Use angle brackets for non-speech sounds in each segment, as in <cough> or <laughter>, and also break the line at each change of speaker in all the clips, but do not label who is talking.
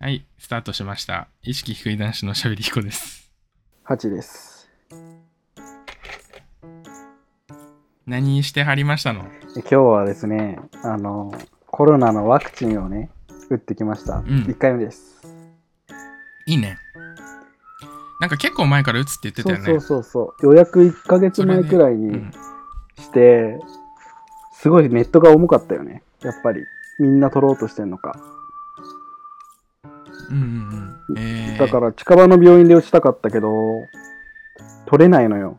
はい、スタートしました。意識低い男子のしゃべりひこです。
8です。
何してはりましたの
今日はですね、あの、コロナのワクチンをね、打ってきました。
ん
一1回目です。
いいね。なんか結構前から打つって言ってた
そ
よ
う
ね。
そうそうそう。予約1ヶ月
それ
前
ね
くらい
うん
にして、すごいネットが重かったよね。やっぱり。みんな取ろうとしてんのか。
うんうんうん。えー、
だから近場の病院で打ちたかったけど、取れないのよ。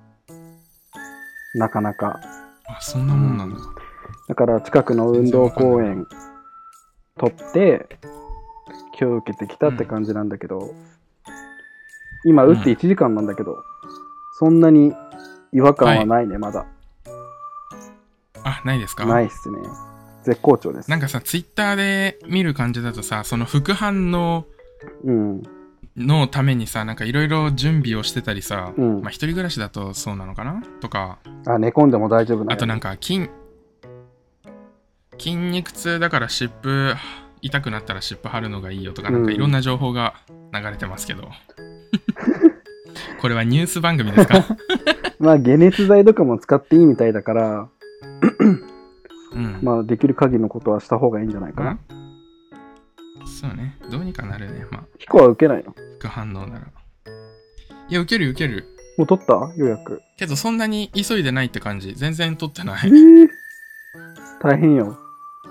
なかなか。
あ、そんなもんなんだ。
だから近くの運動公園取って今日受けてきたって感じなんだけど、今打って1時間なんだけど、そんなに違和感はないね、まだ
あ、ないですか
ないっすね絶好調です
なんかさ、ツイッターで見る感じだとさ、その副反応
うん
のためにさ、なんかいろいろ準備をしてたりさ、
うん
まあ一人暮らしだとそうなのかなとか、
あ寝込んでも大丈夫な
あとなん
か
か筋、筋肉痛だから湿布、痛くなったら湿布貼るのがいいよとか、
うん
なんかいろんな情報が流れてますけど。 <laughs> これはニュース番組です
<laughs>
か
まあ解熱剤とかも使っていいみたいだから
うん。
まあできる限りのことはした方がいいんじゃないかな、
うんそうね。どうにかなるね。まあ、
ヒコは受けないの
副反応なら。いや、受ける受ける。
もう取った予約
けど、そんなに急いでないって感じ。全然取ってな
え <laughs>
い。
ー大変よ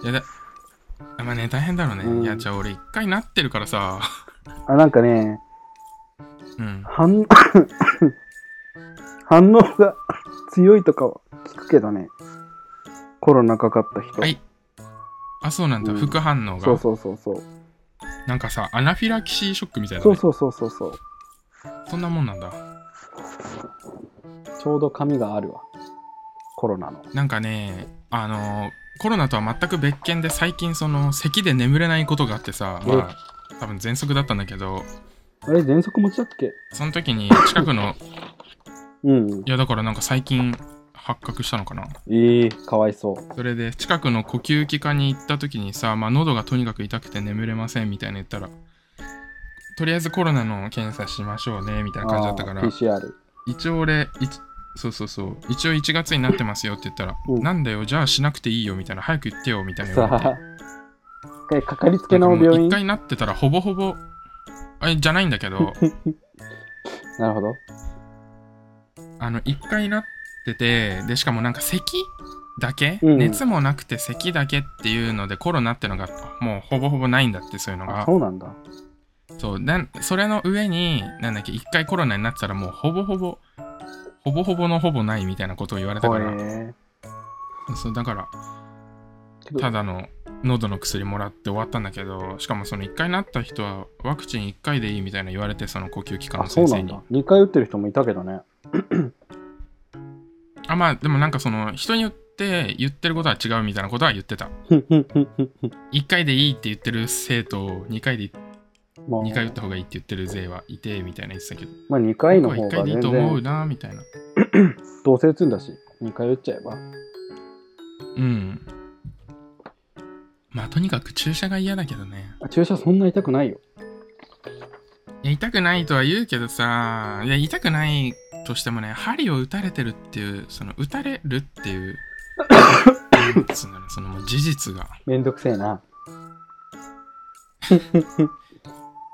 いやだ、あまあね、大変だろうね。
うん
いや、じゃあ俺一回なってるからさ。
あなんかね
うん。
反 <laughs> 反応が強いとかは聞くけどねコロナかかった人、
はいあ、そうなんだ。
うん
副反応が。
そうそうそうそう
なんかさ、アナフィラキシーショックみたいな、ね。
そうそうそうそうそう
そんなもんなんだ。
ちょうど髪があるわコロナの
なんかね、あのーコロナとは全く別件で最近その咳で眠れないことがあってさ、まあ、多分喘息だったんだけど、
あれ喘息持ちだっけ
その時に近くの、
うん
いやだからなんか最近発覚したのかな。
ええかわいそう
それで近くの呼吸器科に行った時にさ、まあ、喉がとにかく痛くて眠れませんみたいな言ったら、とりあえずコロナの検査しましょうねみたいな感じだったから
あ、ー PCR
一応俺いちそうそうそう一応1月になってますよって言ったら、
うん
なんだよじゃあしなくていいよみたいな早く言ってよみたいな言われて
さあ <laughs> えかかりつけ
な
の
んかもう
病院
一回なってたらほぼほぼあじゃないんだけ
<laughs>
ど
なるほど
あの一回なっててでしかもなんか咳だけ、
うん
熱もなくて咳だけっていうのでコロナってのがもうほぼほぼないんだってそういうの
あ
が
そうなんだ
そうなんそれの上になんだっけ一回コロナになってたらもうほぼほぼほぼほぼのほぼないみたいなことを言われたから、
へ
そうだから
けど
ただの喉の薬もらって終わったんだけどしかもその1回なった人はワクチン1回でいいみたいな言われてその呼吸器科
あ
の
そう
先生
なん
に
だ2回打ってる人もいたけどね
あまあでもなんかその人によって言ってることは違うみたいなことは言ってた
ふんふんふんふんふん
1回でいいって言ってる生徒を2回で
まあ
2回打った方がいいって言ってる勢はいてみたいな言ってたけど
まあ2回の
僕は
方
1回
が
でいい
全
と思う
然
なみたいな
どうせ打つんだし2回打っちゃえば
うんまあとにかく注射が嫌だけどね
あ注射そんな痛くないよ
いや痛くないとは言うけどさいや痛くないとしてもね針を打たれてるっていうその打たれるっていうなんつうんだろうそのもう事実が
めんどくせえな <laughs>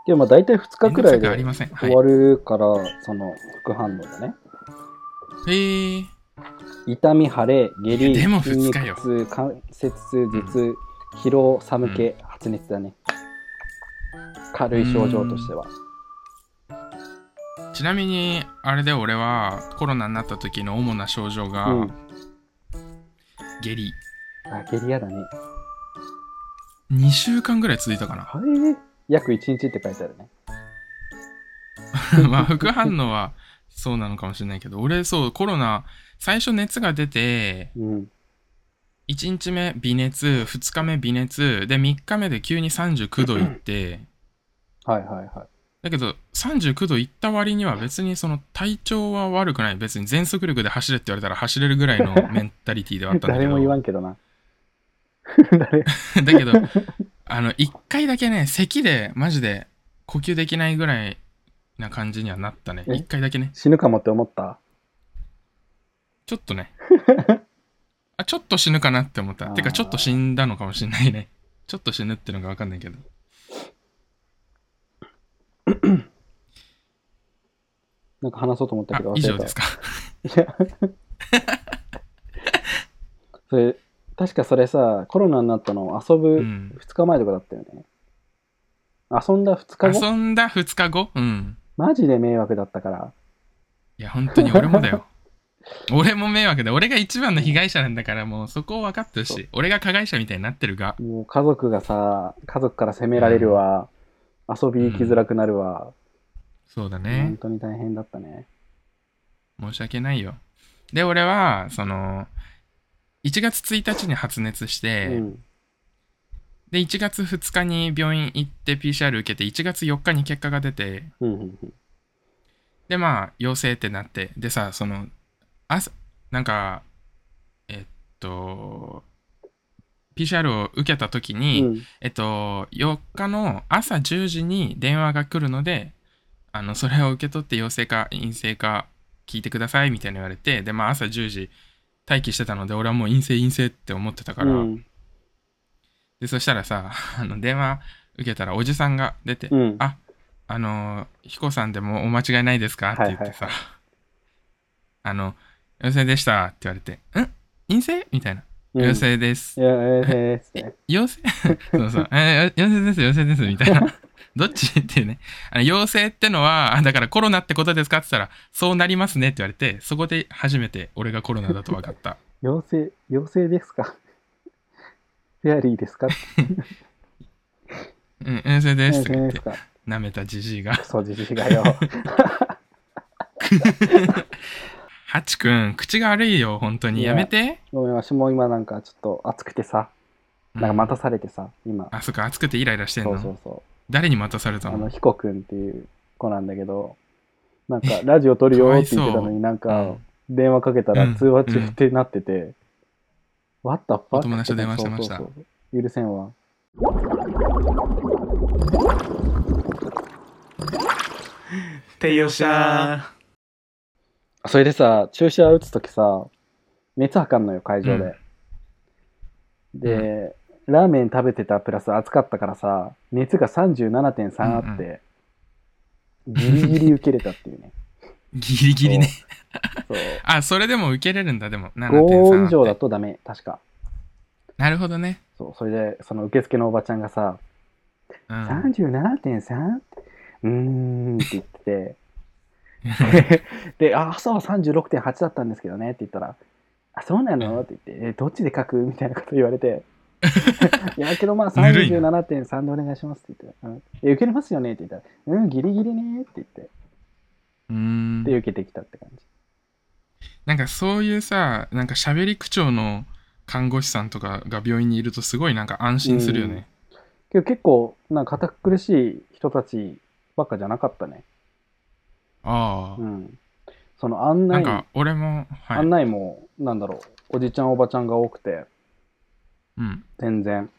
でもまあ大体2日くらい
連絡があり
で
ません、はい
終、わるから、その副反応がね
へー
痛み腫れ下痢
いやでも
筋
二日よ
肉痛関節痛頭痛、疲労寒気、発熱だね軽い症状としては
ちなみにあれで俺はコロナになった時の主な症状が、
うん
下痢
あ下痢やだね
2週間ぐらい続いたかな
はい約1日って書いてあるね
<laughs> まあ副反応はそうなのかもしれないけど俺そうコロナ最初熱が出て
うん
1日目微熱2日目微熱で3日目で急に39度いって
はいはいはい
だけど39度いった割には別にその体調は悪くない別に全速力で走れって言われたら走れるぐ
<laughs>
らいのメンタリティーではあったんだけ
誰
ど
も言わんけどな誰
だけどあの、一回だけね、咳で、マジで、呼吸できないぐらいな感じにはなったね。
え
一回だけね。
死ぬかもって思った
ちょっと
<laughs>
ね。あ、ちょっと死ぬかなって思った。て
あ
か、
ー
ちょっと死んだのかもしんないね。ちょっと死ぬってのがわかんないけど。
なんか話そうと思った
あ
けど、忘
以
れた
上ですか。
<laughs> それ確かそれさコロナになったの遊
う
ぶ
ん。
2日前とかだったよね、遊んだ2日後
遊んだ2日後うん。
マジで迷惑だったから
いや、本当に俺もだよ。俺も迷惑だ。俺が一番の被害者なんだから、もうそこを分かってほしい。俺が加害者みたいになってるが。
もう家族がさ家族から責められるわ、遊び行きづらくなるわ、
そうだ
本
ね。
当に大変だったね
申し訳ないよ。で、俺は、その、1月1日に発熱して、
うん
で、1月2日に病院行って PCR 受けて、1月4日に結果が出て、
うんうんうん
で、まあ、陽性ってなって、でさ、その、朝、なんか、えっと、PCR を受けた時に、
うん
えっと、4日の朝10時に電話が来るので、あの、それを受け取って陽性か陰性か聞いてくださいみたいに言われて、で、まあ朝10時待機してたので、俺はもう陰性陰性って思ってたから、
うん
で、そしたらさ、あの、電話受けたらおじさんが出て、
うん
あ、あの、彦さんでもお間違いないですかって言ってさ、あの、陽性でしたって言われて、ん陰性みたいな。
うん
陽性です
い。やえーえーえー
陽性 <laughs> そうそう。えー、陽性です、陽性です、みたい
<laughs>
な。どっちっていうね。あの、陽性ってのは、あだからコロナってことですかって言ったら、そうなりますねって言われて、そこで初めて俺がコロナだと分か
<laughs>
った。
陽性陽性ですかフェアリーですか
うん、陽性です
陽
と
性
か言っ
で
て
す、か
舐めたじじいが。
そうじじ
<laughs>
がよ
ハチくん、口が悪いよ、本当に。
いや
やめて。
ごめんわしも今なんかちょっと暑くてさ
うん
なんか待たされてさ今
あ、そっか、暑くてイライラしてん
そ
の。
うそうそう
誰に待たされ
あ
たの
の、ヒコくんっていう子なんだけど、なんか、ラジオ撮るよって言ってたのに、なん
う
か
ん、
電話かけた
う
ら
ん
通話中ってなってて、わったっぱ
お友達と電話してました
許せんわ。
てよっしゃー
それでさ、注射打つときさ、熱測んのよ、会場で。で、ラーメン食べてたプラス暑かったからさ、熱が37.3あって、ギリギリ受けれたっていうね。
ギリ <laughs> ギリね。
そう。
あ、それでも受けれるんだ、でも。7.3
5以上だ
って
とダメ、確か。
なるほどね。
そう、それで、その受付のおばちゃんがさ、
うん。
37.3? うーんって言ってて <laughs> で、あ、朝は36.8だったんですけどねって言ったら、あ、そうなのって言って、え、どっちで書くみたいなこと言わ
<laughs>
れて、いや、けどまあ
ぬるいな
37.3でお願いしますって言って、うんえ、受けれますよねって言ったら、うん、ギリギリねって言って、
うーん <laughs>
で、受けてきたって感じ。
なんかそういうさ、なんか喋り口調の看護師さんとかが病院にいるとすごいなんか安心するよね。
けど結構、なんか堅苦しい人たちばっかじゃなかったね。
ああ、
うん。その案
なん
内、
か俺も、はい。
案内も、なんだろう、おじちゃんおばちゃんが多くて、
うん。
全然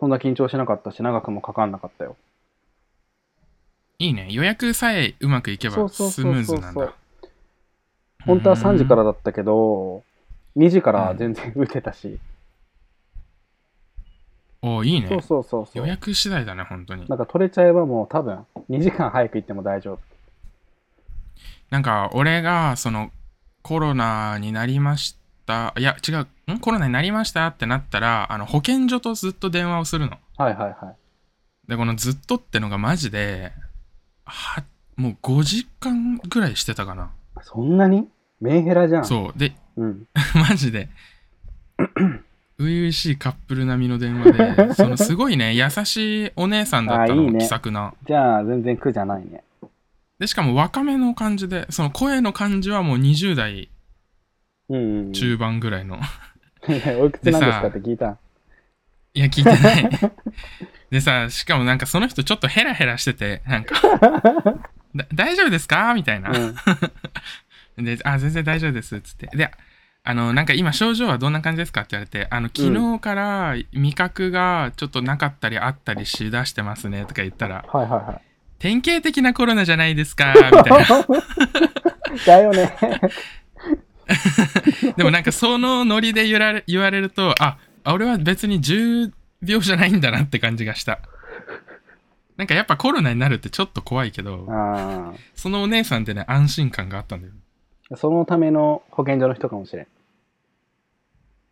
そんな緊張しなかったし長くもかかんなかったよ
いいね。予約さえうまくいけ
そ
ば
うそう
ス
そうそう
ムーズなんだ。
本当は3時から
う
だったけど2時から全然打てたし、
ん。おーいいね
そうそうそうそ
予
う
約次第だね、本当に
な。んか取れちゃえばもう多分2時間早く行っても大丈夫
なんか俺が、その、コロナになりました。いや、違う。んコロナになりましたってなったら、あの、保健所とずっと電話をするの。
はいはいはい
で、このずっとってのがマジで、は、もう5時間ぐらいしてたかな。
そんなにメンヘラじゃん
そう。で、 <laughs>
う、ん、
マジ
<clears throat>
で。初々しいカップル並みの電話で、そのすごいね、優しいお姉さんだった
あーいい
の、
ね
気さくな。
じゃあ全然苦じゃないね
で、しかも若めの感じで、その声の感じはもう20代
うんうんうん、
中盤ぐらいの。
<laughs> おいくつな
で
んですか
さ
って聞いた
いや、聞いてな
<laughs>
い。でさ、しかもなんかその人ちょっとヘラヘラしてて、なん
<laughs>
か、だ大丈夫ですかみたいな。
うん
で、あ、全然大丈夫です、つって。で、あのなんか今症状はどんな感じですかって言われてあの昨日から味覚がちょっとなかったりあったりしだしてますねとか言ったら
はいはいはい。
典型的なコロナじゃないですかみたい
<laughs>
な
だよね。 <laughs>
でもなんかそのノリで言われ言われるとああ俺は別に重病じゃないんだなって感じがしたなんかやっぱコロナになるってちょっと怖いけど
あ
そのお姉さんってね安心感があったんだよ
あ。そのための保健所の人かもしれん。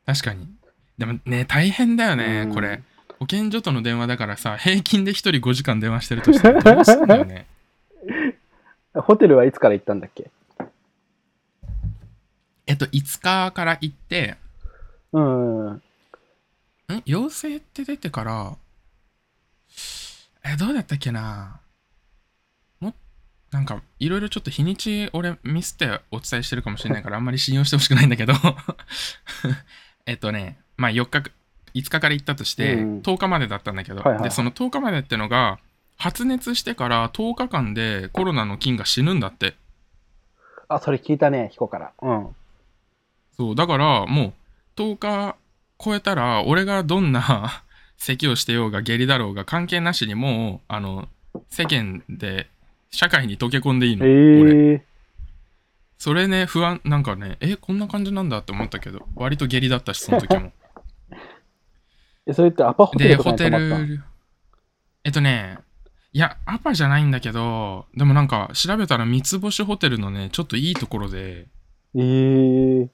確かにでもね大変だよね
うん
これ保健所との電話だからさ平均で1人5時間電話してるとしたらどうすんだよ
<laughs>
ね
ホテルはいつから行ったんだっけ
えっと5日から行って
うんうん。
ん陽性って出てからえどうだったっけなもなんかいろいろちょっと日にち俺ミスってお伝えしてるかもしれない
<laughs>
からあんまり信用してほしくないんだけど <laughs> えっとねまあ4日5日から行ったとして、
うん
10日までだったんだけど、
はいはい
でその10日までってのが発熱してから10日間でコロナの菌が死ぬんだって
あ、それ聞いたね、ヒコから。うん。
そう、だからもう10日超えたら、俺がどんな <laughs> 咳をしてようが下痢だろうが関係なしにもう、あの、世間で、社会に溶け込んでいいの。
ええ
俺
ー。
それね、不安、なんかね、え、こんな感じなんだって思ったけど、割と下痢だったし、その時も。
えそれってアパ <laughs> ホテ
で、
ルとか
ホ
に
テ
泊まった
ル、えっとね、いや、アパじゃないんだけど、でもなんか、調べたら三つ星ホテルのね、ちょっといいところで、
えー、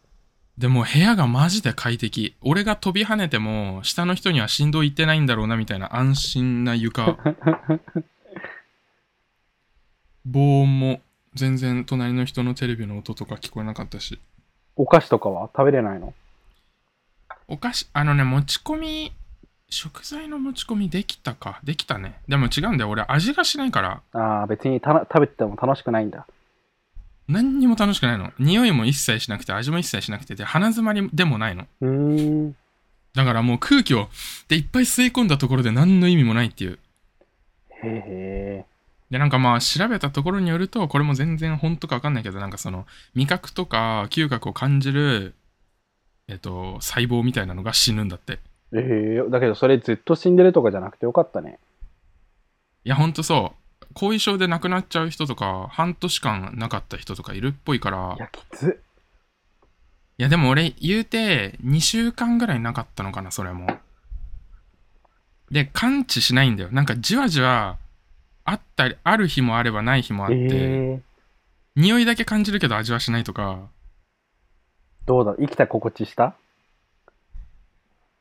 でも部屋がマジで快適。俺が飛び跳ねても、下の人には振動いってないんだろうなみたいな安心な床。防音も全然隣の人のテレビの音とか聞こえなかったし。
お菓子とかは食べれないの
お菓子、あのね、持ち込み、食材の持ち込みできたか。できたね。でも違うんだよ。俺味がしないから、
ああ、別にたな食べてても楽しくないんだ。
何にも楽しくないの。匂いも一切しなくて、味も一切しなくて、で、鼻詰まりでもないの。
うーん。
だからもう空気を、で、いっぱい吸い込んだところで何の意味もないっていう。
へえへ
で、なんかまあ調べたところによると、これも全然本当かわかんないけど、なんかその味覚とか嗅覚を感じる、えっと、細胞みたいなのが死ぬんだって。
えー。だけどそれずっと死んでるとかじゃなくてよかったね。
いや、ほんとそう。後遺症で亡くなっちゃう人とか、半年間なかった人とかいるっぽいから
い、や、きつっ。
いや、でも俺、言うて、2週間ぐらいなかったのかな、それも。で、感知しないんだよ。なんかじわじわ、あったり、ある日もあればない日もあって、
えー。
匂いだけ感じるけど味はしないとか、
どうだ生きた心地した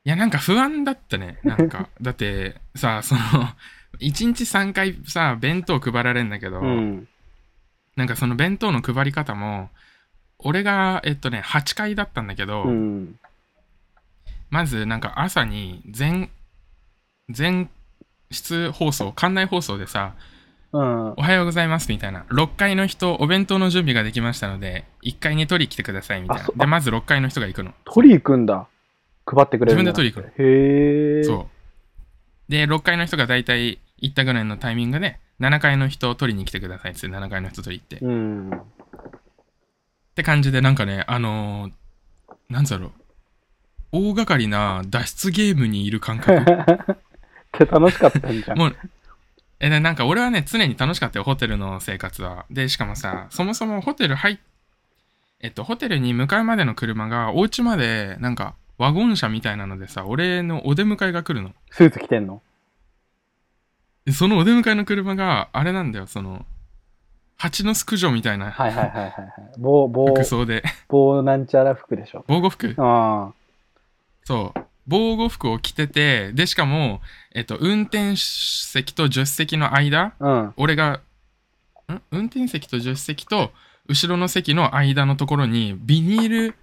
いや、なんか不安だったね。なん
<laughs>
か、だって、さ、その、1日3回さ、弁当配られるんだけど、
うん。
なんかその弁当の配り方も、俺が、えっとね、8回だったんだけど、
うん。
まずなんか朝に全、全室放送、館内放送でさ、
うん。
おはようございますみたいな、6階の人、お弁当の準備ができましたので、1階に取り来てくださいみたいな
あそ。
で、まず6階の人が行くの。
取り行くんだ。配ってくれるんだ
自分で取り行
くへえ。
そう。で、6階の人が大体行ったぐらいのタイミングで、7階の人を取りに来てくださいっつって、7階の人と行って。っ
うん。 <laughs>
て感じで、なんかね、あのー、なんだろう。大掛かりな脱出ゲームにいる感
<laughs>
覚。
って楽しかったんじゃん。
もう、え、ななんか俺はね、常に楽しかったよ、ホテルの生活は。で、しかもさ、そもそもホテル入っ、えっと、ホテルに向かうまでの車が、お家まで、なんか、ワゴン車みたいなのでさ、俺のお出迎えが来るの。
スーツ着てんの
でそのお出迎えの車が、あれなんだよ、その、蜂の巣駆除みたいな
はいはいはいはいはい。棒、棒、
服装で、 <laughs>
棒なんちゃら服でしょ。
防護服
あ
そう。防護服を着てて、で、しかも、えっと、運転席と助手席の間、
あ。うん。
俺が、ん運転席と助手席と、後ろの席の間のところに、ビニール、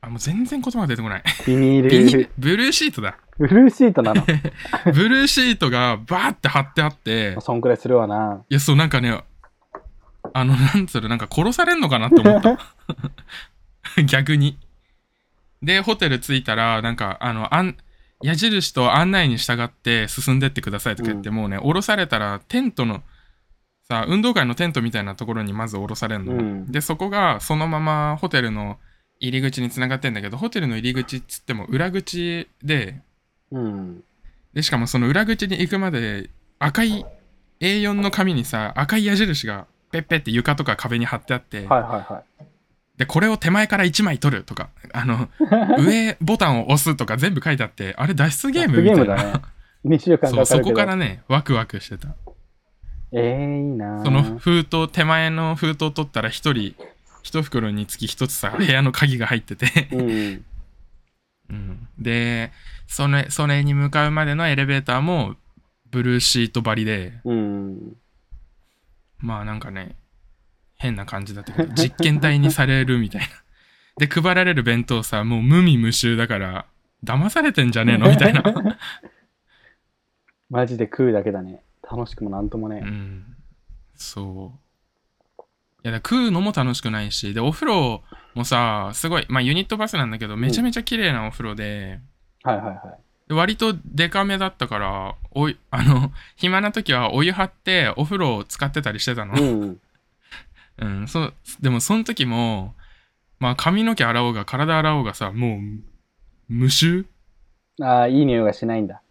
あ、もう全然言葉が出てこない。
ビニー
ビニー
ル
ル、。ブルーシートだ。
ブルーシー
<laughs>
トなの。
ブルーシートがバーって貼ってあって、
そんくらいするわな。
いや、そう、なんかね、あの、なんつうの、なんか殺されんのかなって思った。 <laughs> 逆に。で、ホテル着いたら、なんか、あの、あん矢印と案内に従って進んでってくださいとか言って、もうね、降ろされたら、テントの、さ運動会のテントみたいなところにまず降ろされるの、
うん
でそこがそのままホテルの入り口につながってんだけどホテルの入り口っつっても裏口で
うん。
でしかもその裏口に行くまで赤い A4 の紙にさ赤い矢印がペッペって床とか壁に貼ってあって、
はいはいはい。
でこれを手前から1枚取るとかあの <laughs> 上ボタンを押すとか全部書いてあってあれ脱出ゲームみ
ゲ
た
ーム
い
だ
な、
ね。2週間
そう
<laughs> かか
そ
るけ
こ
ど
か。らねワクワクしてた
ええ、いいなぁ
その封筒手前の封筒取ったら1人1袋につき1つさ部屋の鍵が入ってて、
うん。
うん、でそれそれに向かうまでのエレベーターもブルーシート張りで
うん。
まあなんかね、変な感じだったけど、 <laughs> 実験体にされるみたいな。で、配られる弁当さ、もう無味無臭だから、騙されてんじゃねえのみたい <laughs> な。
マジで食うだけだね。楽しくもなんとも
う
ね。
ん。そう。いやだから食うのも楽しくないし、で、お風呂もさ、すごい、まあユニットバスなんだけど、めちゃめちゃ綺麗なお風呂で、
はいはいはい。
で割とデカめだったから、おい、あの、暇な時はお湯張ってお風呂を使ってたりしてたの。
うん。
うん、そう、でもその時も、まあ髪の毛洗おうが体洗おうがさ、もう、無
<clears throat>
臭
ああ、いい匂いがしないんだ。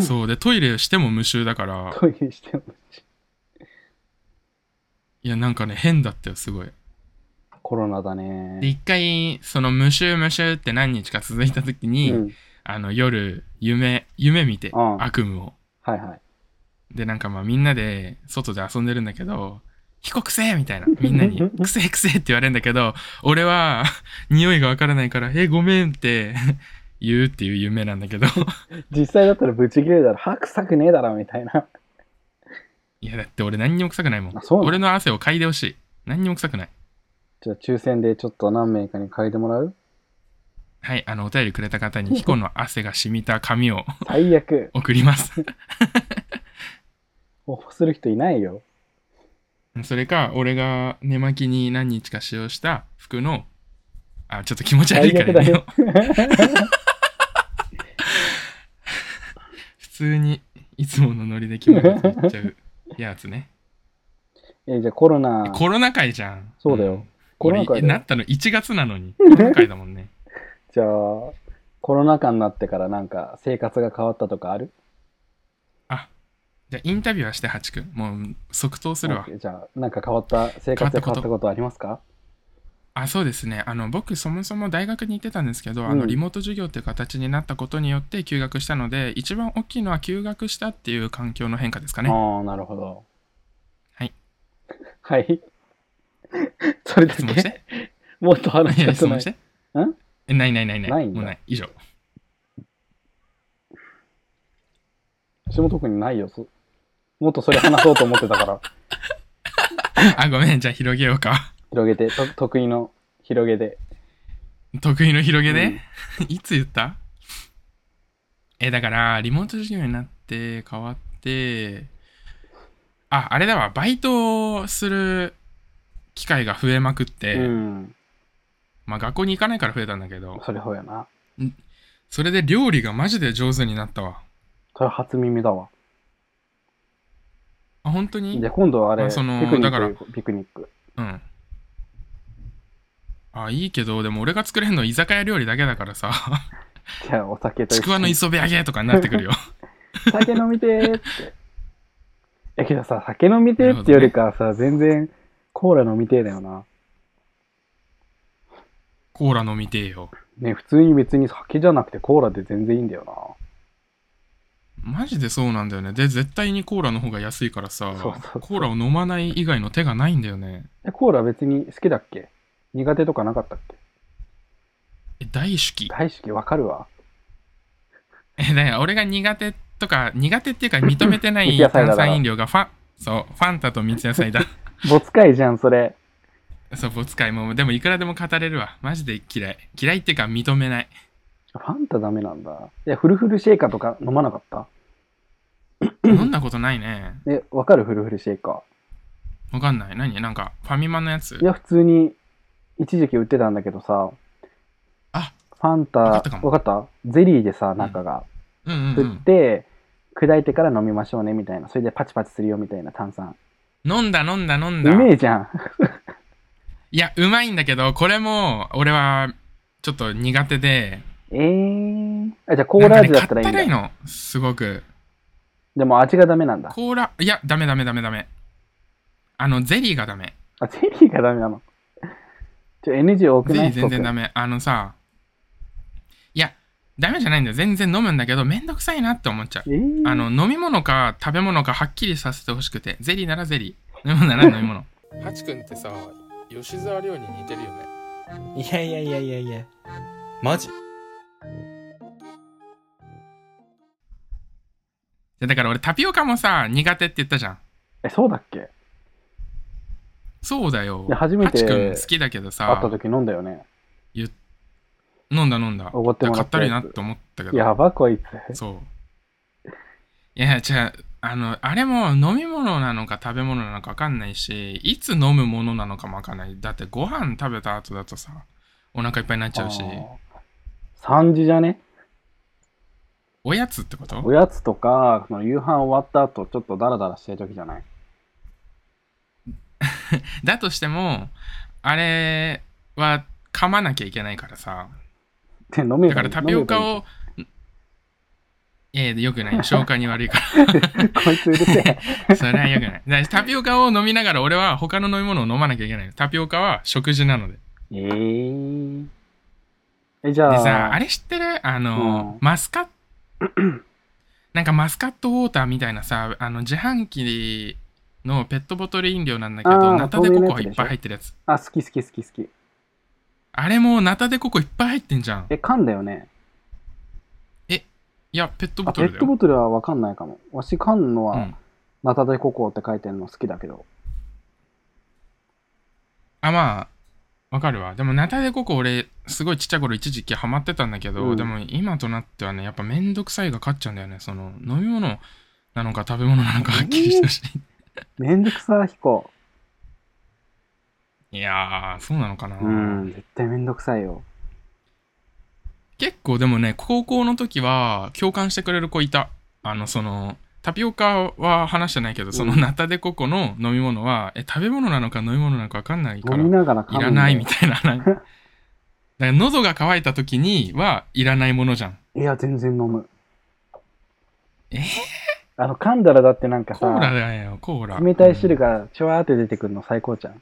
そうで、トイレしても無臭だから、
トイレしても
いや、なんかね、変だったよ、すごい。
コロナだ
で、
ね。
一回、その無臭無臭って何日か続いた時
う
に、
ん。
あの、夜、夢、夢見て、
うん
悪夢を。
はいはい。
で、なんかまあみんなで、外で遊んでるんだけど、飛行くせえみたいな。みんな
<laughs>
に、くせえくせえって言われるんだけど、俺は、 <laughs> 匂いがわからないから、え、ごめんって言うっていう夢なんだけど。
実際だったらブチ切れるだろ。はくさくねえだろ、みたいな。
いやだって俺何にも臭くないもん
あそうなの
俺の汗を嗅いでほしい何にも臭くない
じゃあ抽選でちょっと何名かに嗅いでもらう
はいあのお便りくれた方にヒコの汗が染みた紙を <laughs>
最悪。
送ります
応募する人いないよ。
それか俺が寝巻きに何日か使用した服のあちょっと気持ち悪い
最
か
悪
ら
だ
ね
よ。
普通にいつものノリで気持ち悪いっちゃう <laughs> やつね
え、じゃあコロナ、
コロナ禍じゃん
そうだ
ん
よ。コロナ禍
俺
で
なったの1月なのにコロナ禍だもんね
じゃあ、コロナ禍になってからなんか生活が変わったとかある
あじゃあインタビューはしてハチ君もう即答するわ
オッケーじゃあ、なんか変わった、生活で変わったことありますか
あそうですねあの僕そもそも大学に行ってたんですけど、
うん
あのリモート授業って形になったことによって休学したので一番大きいのは休学したっていう環境の変化ですかね
ああ、なるほど。
はい。
はい。 <laughs> それだ
質問し
け
て
もっと話
いや
し
質
たくな
問
い
し。て
ん
えないないないない
ないんだ
もうない以上
私も特にないよ。そもっとそれ話そうと思って
<laughs>
たから、
あごめんじゃあ広げようか
広げて、と得意の広げで。
得意の広げね、いつ言ったえだからリモート授業になって変わってああれだわバイトをする機会が増えまくって、
うん。
まあ学校に行かないから増えたんだけど、
それほうやな。
それで料理がマジで上手になったわ。
それ初耳だわ。
あ、本当に
じゃあ今度はあれ、
あ
ピク
その
ニック
だから
ピクニック。
うん。あ、いいけど、でも俺が作れるの居酒屋料理だけだから
<laughs>
さ、
じゃあお酒と一
ち
緒
くわの磯辺揚げとかになってくるよ。 <laughs>
酒飲みてーって。え、けどさ、酒飲みてーってよりかはさ、全然コーラ飲みてーだよな。
コーラ飲みてえよ。
ね、普通に別に酒じゃなくてコーラで全然いいんだよ
マジでそうなんだよね。で、絶対にコーラの方が安いからさ
そうそうそう、
コーラを飲まない以外の手がないんだよね。
な。え、コーラ別に好きだっけ苦手とかなかったっけ
え、大好き。 <laughs>
大好きわかるわ。
え、だよ、俺が苦手とか、苦手っていうか認めてない
<laughs> 三ツ矢サイダ
炭
ーだ
酸飲料がファ、そう、ファンタと三ツ矢サイダー。
ボツかいじゃん、それ。
<laughs> そう、ボツカイも、でもいくらでも語れるわ。マジで嫌い。嫌いっていうか認めない。
ファンタダメなんだ。いや、フルフルシェイカーとか飲まなかった
飲んだことないね。
え、わかるフルフルシェイカ
わかんない。何なんか、ファミマのやつ
ー。いや、普通に一時期売ってたんだけどさ、
あ
ファンタ、
わかったかも
わかったゼリーでさ、中が。
うんうんう
振っ
ん。
て、砕いてから飲みましょうねみたいなそれでパチパチするよみたいな炭酸
飲んだ飲んだ飲ん
う
だ。
めえじゃん
いや、うまいんだけど、これも、俺は、ちょっと苦手で。
えー、あじゃあコーラ味だったらいい
なんかねかった
んだ
らいの、すごく。
でも味がダメなんだ
コーラ、いや、ダメダメダメダメ。あの、ゼリーがダメ。
あゼリーがダメなのちょ NG 多く
ゼリ
な
ー
い
全然ダ
メ
メ。あのさ、いや、ダメじゃないんだよ。全然飲むんだけど、めんどくさいなって思っちゃう。
えー、
あの、飲み物か食べ物かはっきりさせてほしくて、ゼリーならゼリー、飲み物なら飲み物。 <laughs> ハチ君ってさ、吉沢亮に似てるよね。
いやいやいやいやいや。マジ
だから俺タピオカもさ、苦手って言ったじゃん。
えそうだっけ
そうだよ
い。や初め
ハ
て
チ君好きだけど
会った
さ、
時飲んだよね
飲んだ飲んだ。
おごってもら
か
っ
った
た
る
や
い
つ
なって思ったけど。
やばこいつ
そう。いや、じゃあ、あの、あれも飲み物なのか食べ物なのか分かんないし、いつ飲むものなのかも分かんない。だってご飯食べた後だとさ、お腹いっぱいになっちゃうし、
3時じゃね
おやつってこと
おやつとかその夕飯終わった後ちょっとダラダラしてる時じゃない
だとしても、あれは噛まなきゃいけないからさ、
で飲め
だ
ば
か
い
ら
い
タピオカ
飲
を、ええよくない。消化に悪いか
めばいいこいつうるせ
<laughs>
え
ら。それはよくない。だからタピオカを飲みながら、俺は他の飲み物を飲まなきゃいけないの。タピオカは食事なので。
えー、えじゃあ
でさ、あれ知ってるあの、
うん
マスカッ <clears throat> なんかマスカットウォーターみたいなさ、あの自販機のペットボトル飲料なんだけ
あー
ど、ナタデココがい
透明なやつでしょ
っぱい入ってるやつ。
あ好き好き好き好き
あれもナタデココいっぱい入ってんじゃん。
え缶だよね
いや、ペットボ
あ
ト
ペ
ルだ
ット
よ。
ボトルはわかんないかもわし缶のは、
うん、
ナタデココって書いてるの好きだけど。
あ、まあ、わかるわ。でも、ナタデココ俺、すごいちっちゃい頃一時期ハマってたんだけど、
うん
でも今となってはね、やっぱめんどくさいが勝っちゃうんだよね。その、飲み物なのか食べ物なのかはっきりしてほしい。
めんどくさ、彦。
いやー、そうなのかな。
うん、絶対めんどくさいよ。
結構でもね高校の時は共感してくれる子いたあのそのタピオカは話してないけど、そのナタデココの飲み物はえ食べ物なのか飲み物なのか分かんないか
飲
ら
みながら噛
いらないみ
たい
たいななんかだから喉が渇いた時にはいらないものじゃん
な。いや、全然飲む。
えー
あの、噛んだらだってなんか
コーラ
さ、
だよコーラ
冷たい汁がチュワーって出てくるの最高じゃん。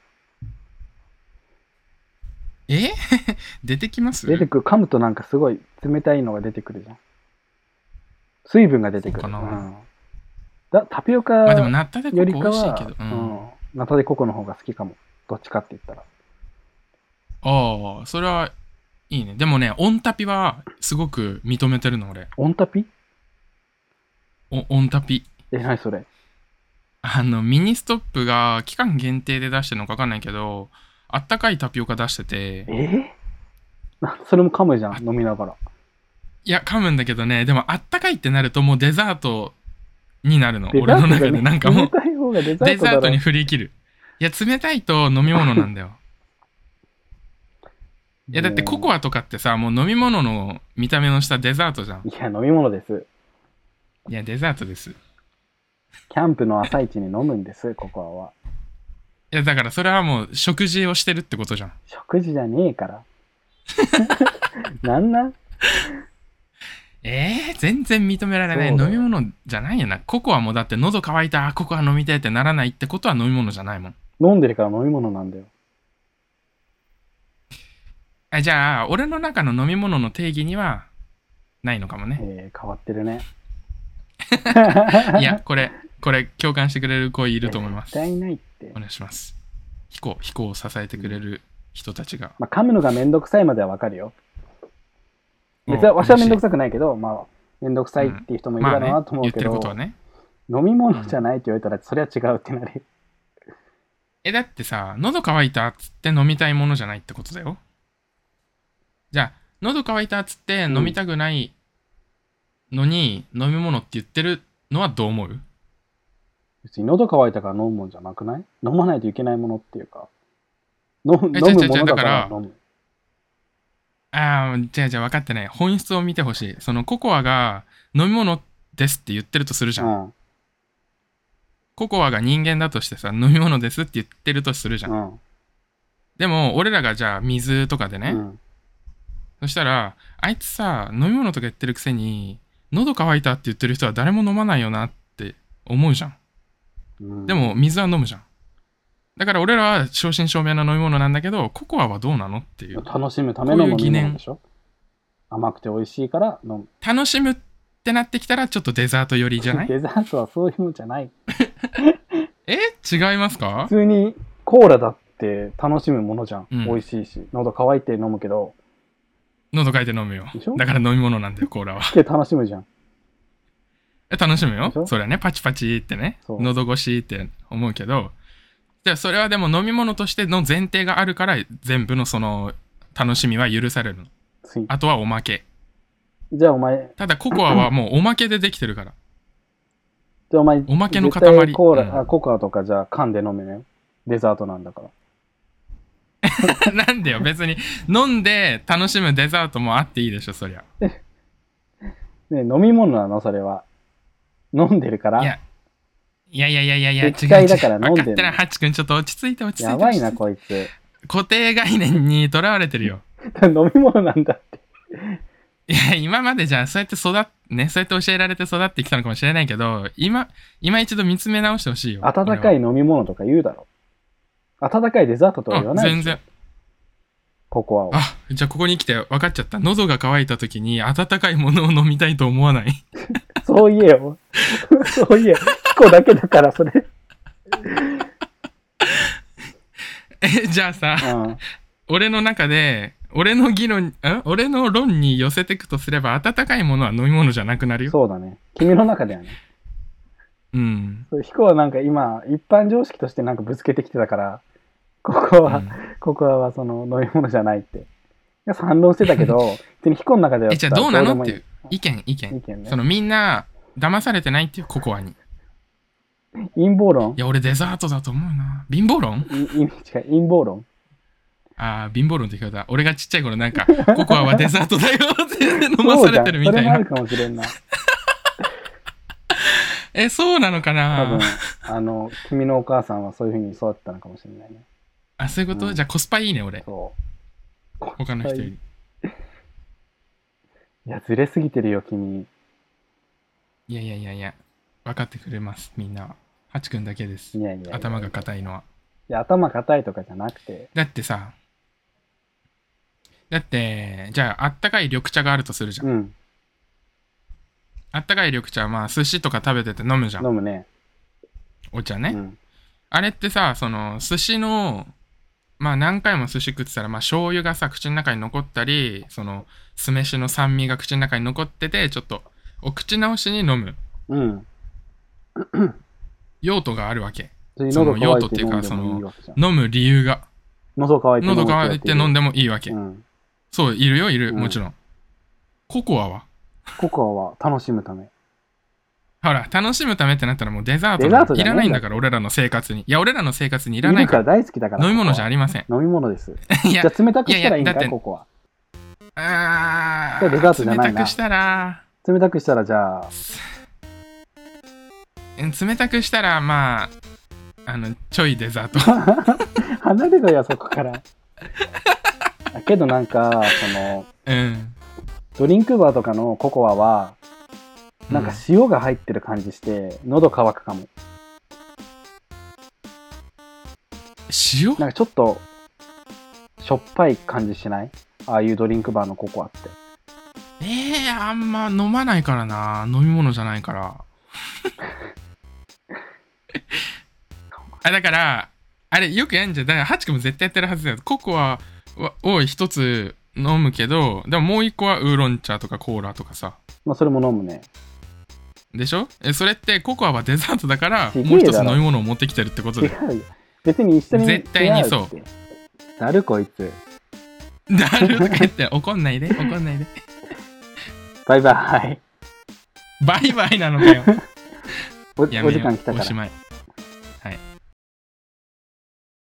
え <laughs> 出てきます
出てくる、噛むとなんかすごい冷たいのが出てくるじゃん。水分が出てくる。
そうかな
うんだタピオカ
まあでも
よ
ナタデココ
り
美
か
味しい
は
けど、、うん
うんナタデココの方が好きかも。どっちかって言った
あ
ら。
あそれはいいねでもねオンタピはすごく認めてるの俺
オンタピ
おオンタピ
え、何それ。
あの、ミニストップが期間限定で出してるのかわかんないけど、あったかいタピオカ出してて、
えなそれも噛むじゃん、飲みながら。
いや、噛むんだけどね、でもあったかいってなるともうデザートになるの。
デ
俺
ザー
の
トが
中
ね
でなんかも
冷
う、
たい方がデザ
デ
ート
ザ
だ
ート
ろ
に。振り切る。いや、冷たいと飲み物なんだよ。いや、だってココ
ア。
アとかってさ、もう飲み物の見た目の下デザートじゃん。
いや、飲み物です。
いや、デザートです。い
キャンプの朝一に飲むんです、ココアは。
や、だからそれはもう食事をしてるってことじゃん。
食事じゃねえから。 <laughs> なんなん
えー、全然認められない
そうだ
飲
よ
み物じゃないよなココアもだって喉乾いたココア飲みたいってならないってことは飲み物じゃないもん
飲んでるから飲み物なんだよ。
あじゃあ俺の中の飲み物の定義にはないのかも
<laughs>
ね
えー、変わってるね。
いやこれこれ共感してくれる子いると思いま
絶
す
対ないって
お。願いします彦彦を支えてくれる人たちが
まあ、噛むのがめんどくさいまではわかるよ。別
う
は、
ん
わしはめんど
嬉
く
し
さくないけど、まあ、めんどくさいっていう人もいるだろう
まあ
な
ね
と思
言
う
っ
け
て
ど、
ることはね
飲み物じゃないって言われたら、それは違うってなる。
えだってさ喉乾いたっつって飲みたいものじゃないってことだよじゃあ喉乾いたっつって飲みたくないのに、飲み物って言ってるのはどう思う
別に喉乾いたから飲むもんじゃなくない飲まないといけないものっていうか。飲む
え
飲む
違う違う
も
違う
の
だ
だから
から
飲む。
ああじゃあじゃあ分かってない本質を見てほしいそのココアが飲み物ですって言ってるとするじゃん。
ん。
ココアが人間だとしてさ、飲み物ですって言ってるとするじゃん。
うん。
でも、俺らがじゃあ水とかでね、
うん
そしたら、あいつさ、飲み物とか言ってるくせに、喉乾いたって言ってる人は誰も飲まないよなって思うじゃん。
うん
で、も、水は飲むじゃん。だから俺らは正真正銘な飲み物なんだけど、ココアはどうなのっていう。
楽しむための
こういう
飲み
疑念
物でしょ甘くて美味しいから飲む。
楽しむってなってきたら、ちょっとデザート寄りじゃ
<laughs>
ない
デザートはそういうもんじゃない。
え違いますか
普通にコーラだって楽しむものじゃん。
うん
美味しいし。喉乾いて飲むけど、
喉かいて飲むよ
でしょ。
だから飲み物なんだよ、コーラは。 <laughs>
で楽しむじゃん。
え楽しむ
でしょ
よ。それはね、パチパチってね、
そう
喉越しって思うけど、じゃあそれはでも飲み物としての前提があるから、全部のその楽しみは許されるの。
つい
あとはおまけ。
じゃあお前、
ただココアはもうおまけでできてるから。 <laughs>
じゃあお前、
おまけの塊
絶対コーラ、
うん
あココアとかじゃあ缶で飲めなよ。デザートなんだから。
なんでよ、別に飲んで楽しむデザートもあっていいでしょ、そりゃ。
ね飲み物なのそれは。飲んでるから。
いや、いやいやいやいやいや、違う違う。
液体だから飲んでんの
分かったな、ハチ君、ちょっと落ち着いて落ち着いて。
やばいな、
落ち着て
こいつ。 <laughs>
固定概念にとらわれてるよ。
飲み物なんだって。
いや、今までじゃあ、そうやって育っ、ね、そうやって教えられて育ってきたのかもしれないけど、今、今一度見つめ直してほしいよ。
温かい飲み物とか言うだろ。温かいデザートとは
俺は
言わ
あ
ないでし
全
ょ。
然。
ココアを。
あ、じゃあここに来て分かっちゃった。喉が渇いた時に温かいものを飲みたいと思わない。 <laughs>
そう言えよ。 <laughs> そう言えよ。キコだけだから、それ。
え、じゃあさ、
うん。
俺の中で、俺の議論、ん俺の論に寄せていくとすれば、温かいものは飲み物じゃなくなるよ。
そうだね。君の中ではね。
うん。
そうヒコはなんか今、一般常識としてなんかぶつけてきてたから、ココア、
うん
ココアはその飲み物じゃないって。いや反論してたけ
<laughs>
ど、別にヒコの中では
え、じゃあどうなのっていう
う。
意見、意
でもい
見。
い。意見ね
そ。のみんな、騙されてないっていう、ココアに。い
陰謀論
や、俺デザートだと思うな。貧乏論
いい違う、陰謀論
ああ、貧乏論って聞こえた。俺がちっちゃい頃なんか、ココアはデザートだよって <laughs> 飲まされてるみ
そう
たい
じゃんそれもあ
な
る。かも
<laughs>
しれんな。
え、そうなのか
多分
な、
あの、君のお母さんはそういうふうに育ったのかもしれないね。
あ、そういうこと、
うん
じゃあコスパいいね、俺。
そう。
他の人より。
いや、ずれすぎてるよ、君。
いやいやいやいや、分かってくれます、みんなは。ハチ君だけです
い。やいやいや
頭が硬いのは。
いや、頭硬いとかじゃなくて、
だってさ、だって、じゃあ、あったかい緑茶があるとするじゃん。
うん、
あったかい緑茶は、まあ、寿司とか食べてて飲むじゃ
飲
ん。
むね。
お茶ね。
うん、
あれってさ、その、寿司の、まあ何回も寿司食ってたら、まあ醤油がさ、口の中に残ったり、その、酢飯の酸味が口の中に残ってて、ちょっと、お口直しに飲む
うん。
用途があるわけ。
それに
そ
喉
の
乾
用
い
途っててい
飲
うんか
でもいいわけじゃん。
飲む理由が。
喉乾いて飲む
喉乾いて飲ん
で
でもいいわけ。
うん。
そう、いるよ、いる、
うん
もちろん。ココアは
ココアは楽しむため。
ほら、楽しむためってなったらもうデザート
デザートじ
い
ゃない
らな
んだ
いんだから、俺らの生活に。いや、俺らの生活にい
い
らない
る
か
か
らら。
大好きだから。
飲み物じゃあ
ん。
りません。
飲み物です。
<laughs> い
じ
や
ゃ、あ冷たくしたらいい
いやいや
ん
だっ
か、
て
ココア。
あ
それデザートじゃ
ー、
な
冷
いな
たくしたら、
冷たくしたら、じゃあ、 <laughs>
うん冷たくしたらまああのちょいデザー
<laughs>
ト
離れろよ、そ
<laughs>
こから。あけどなんか、その、
うん
ドリンクバーとかのココアは、なんか塩が入ってる感じして、喉乾くかも。
塩
なんかちょっと、しょっぱい感じしないああいうドリンクバーのココアって。
ええあんま飲まないからな飲み物じゃないから
<laughs>
あだからあれよくやんじゃんだからハチ君も絶対やってるはずだよココアはを一つ飲むけどでももう一個はウーロン茶とかコーラとかさ
まあ、それも飲むね。
でしょえそれってココアはデザートだから
ちげえだろ
もう一つ飲み物を持ってきてるってこと
違
で
うよ。別に一緒に
絶対にそう
出会って。だるこいつ。
<laughs> だるとか言
<laughs>
って怒んないで怒んないで
バイバイ。
バイバイなのかよ
おお
やめよう
時間来たか
おし
ら。
まい。はい。